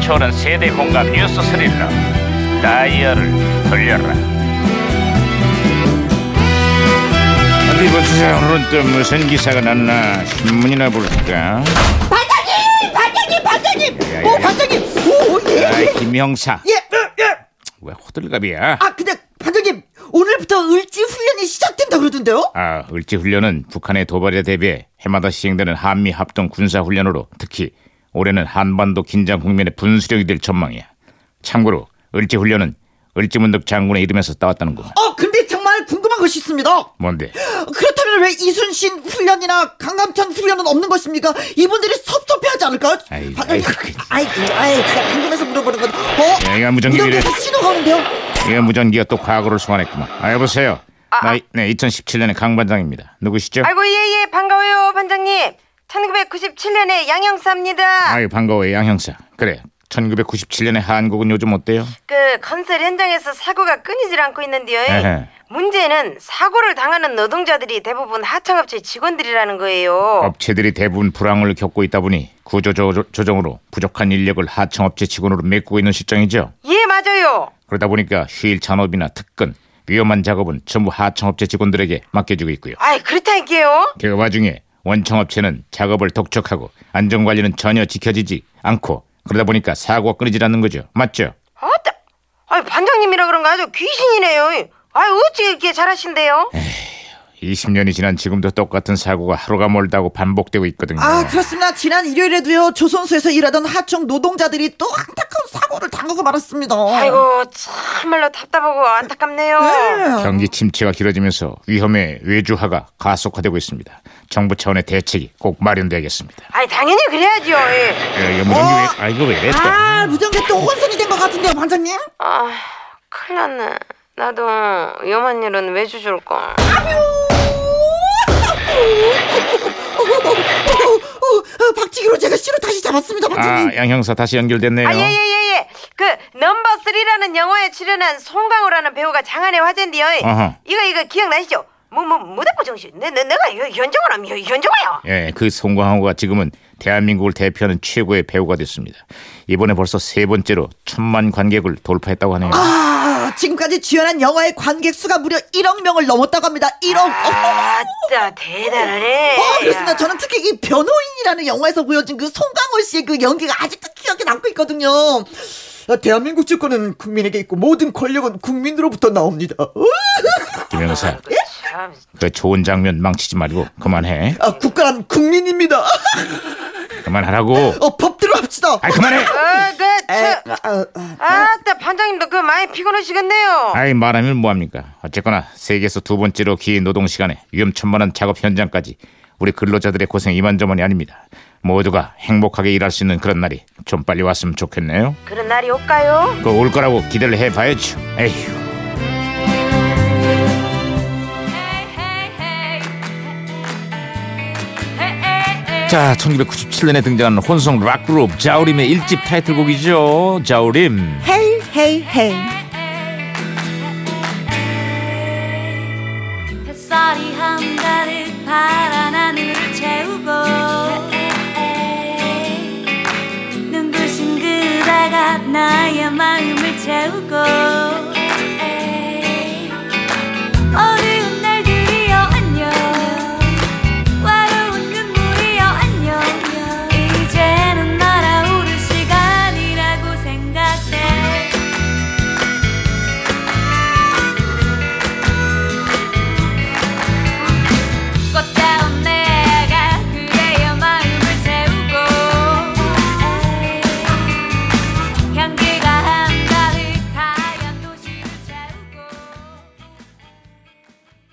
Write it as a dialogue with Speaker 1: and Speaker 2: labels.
Speaker 1: 초월한 세대 공감 뉴스 스릴러 다이얼을 돌려라 어디 보자 오늘은 또 무슨 기사가 났나 신문이나 볼까
Speaker 2: 반장님! 반장님! 어, 반장님! 오, 반장님! 오, 오, 예!
Speaker 1: 아이 김형사
Speaker 2: 예! 예! 예!
Speaker 1: 왜 호들갑이야
Speaker 2: 아, 근데 반장님! 오늘부터 을지 훈련이 시작된다 그러던데요?
Speaker 1: 아, 을지 훈련은 북한의 도발에 대비해 해마다 시행되는 한미 합동 군사 훈련으로 특히 올해는 한반도 긴장 국면의 분수령이 될 전망이야. 참고로 을지 훈련은 을지문덕 장군의 이름에서 따왔다는 거.
Speaker 2: 어, 근데 정말 궁금한 것이 있습니다.
Speaker 1: 뭔데?
Speaker 2: 그렇다면 왜 이순신 훈련이나 강감찬 훈련은 없는 것입니까? 이분들이 섭섭해하지 않을까요?
Speaker 1: 아이,
Speaker 2: 반장님,
Speaker 1: 아이, 그게-
Speaker 2: 아이고, 아이, 그냥 궁금해서 물어보는 건, 어?
Speaker 1: 내가 무전기를-
Speaker 2: 에서 신호가 오는데요?
Speaker 1: 이 무전기가 또 과거를 소환했구만. 아, 여보세요. 나, 이- 네, 2017년의 강 반장입니다. 누구시죠?
Speaker 3: 아이고 예예 반가워요 반장님 1997년에 양형사입니다
Speaker 1: 아유, 반가워요, 양 형사. 그래. 1997년의 한국은 요즘 어때요?
Speaker 3: 그 건설 현장에서 사고가 끊이질 않고 있는데요
Speaker 1: 에헤.
Speaker 3: 문제는 사고를 당하는 노동자들이 대부분 하청업체 직원들이라는 거예요
Speaker 1: 업체들이 대부분 불황을 겪고 있다 보니 구조조정으로 부족한 인력을 하청업체 직원으로 메꾸고 있는 실정이죠.
Speaker 3: 예 맞아요
Speaker 1: 그러다 보니까 휴일 잔업이나 특근, 위험한 작업은 전부 하청업체 직원들에게 맡겨주고 있고요.
Speaker 3: 아이 그렇다니까요
Speaker 1: 그 와중에 원청업체는 작업을 독촉하고 안전관리는 전혀 지켜지지 않고 그러다 보니까 사고가 끊이질 않는 거죠. 맞죠?
Speaker 3: 어따 아이 반장님이라 그런가 아주 귀신이네요 아이 어찌 이렇게 잘하신대요
Speaker 1: 20년이 지난 지금도 똑같은 사고가 하루가 멀다고 반복되고 있거든요.
Speaker 2: 아, 그렇습니다. 지난 일요일에도요, 조선소에서 일하던 하청 노동자들이 또 안타까운 사고를 당하고 말았습니다.
Speaker 3: 아이고 참말로 답답하고 안타깝네요
Speaker 2: 예.
Speaker 1: 경기 침체가 길어지면서 위험의 외주화가 가속화되고 있습니다. 정부 차원의 대책이 꼭 마련돼야겠습니다.
Speaker 3: 아이 당연히 그래야죠 예.
Speaker 1: 야, 야, 무전기 왜, 아 이거 왜 이래 또.
Speaker 2: 아, 무전기 또 혼선이 된 것 같은데요, 반장님? 어,
Speaker 3: 아, 큰일 났네. 나도 위험한 일은 왜 주줄 걸. 아,
Speaker 2: 어, 어, 박치기로 제가 씨로 다시 잡았습니다, 반장님.
Speaker 1: 아, 양 형사 다시 연결됐네요.
Speaker 3: 아, 예, 예, 예, 예. 그 넘버 3라는 영화에 출연한 송강호라는 배우가 장안의 화제인데요.
Speaker 1: 어허.
Speaker 3: 이거 이거 기억나시죠? 뭐 뭐 무대포 정신. 내, 내 내가 여- 현정을 하면 여- 현정아야.
Speaker 1: 예, 그 송광호가 지금은 대한민국을 대표하는 최고의 배우가 됐습니다. 이번에 벌써 세 번째로 천만 관객을 돌파했다고 하네요.
Speaker 2: 아, 지금까지 지원한 영화의 관객 수가 무려 1억 명을 넘었다고 합니다. 1억. 어,
Speaker 3: 아따 대단하네.
Speaker 1: 아,
Speaker 2: 어,
Speaker 1: 예.
Speaker 2: 그렇습니다. 저는 특히 이 변호인이라는 영화에서 보여진 그 송강호 씨의 그 연기가 아직도 기억에 남고 있거든요. 아, 대한민국 주권은 국민에게 있고 모든 권력은 국민으로부터 나옵니다. 으,
Speaker 1: 김영사,
Speaker 3: 참.
Speaker 1: 그 좋은 장면 망치지 말고 그만해.
Speaker 2: 아, 국가란 국민입니다. 아,
Speaker 1: 그만하라고.
Speaker 2: 어, 법대로 합시다.
Speaker 1: 아, 그만해.
Speaker 3: 어, 그,
Speaker 2: 에,
Speaker 3: 저,
Speaker 2: 아, 아.
Speaker 3: 아따 반장님도 그 많이 피곤하시겠네요.
Speaker 1: 아이 말하면 뭐합니까? 어쨌거나 세계에서 두 번째로 긴 노동 시간에 위험천만한 작업 현장까지 우리 근로자들의 고생 이만저만이 아닙니다. 모두가 행복하게 일할 수 있는 그런 날이 좀 빨리 왔으면 좋겠네요.
Speaker 3: 그런 날이 올까요?
Speaker 1: 그 올 거라고 기대를 해봐야죠. 에휴. 자, 1997년에 등장한 혼성 락 그룹 자우림의 일집 타이틀곡이죠. 자우림.
Speaker 2: 헤이, 헤이, 헤이.
Speaker 4: 햇살이 한가득 파란 하늘을 채우고 눈부신 그대가 나의 마음을 채우고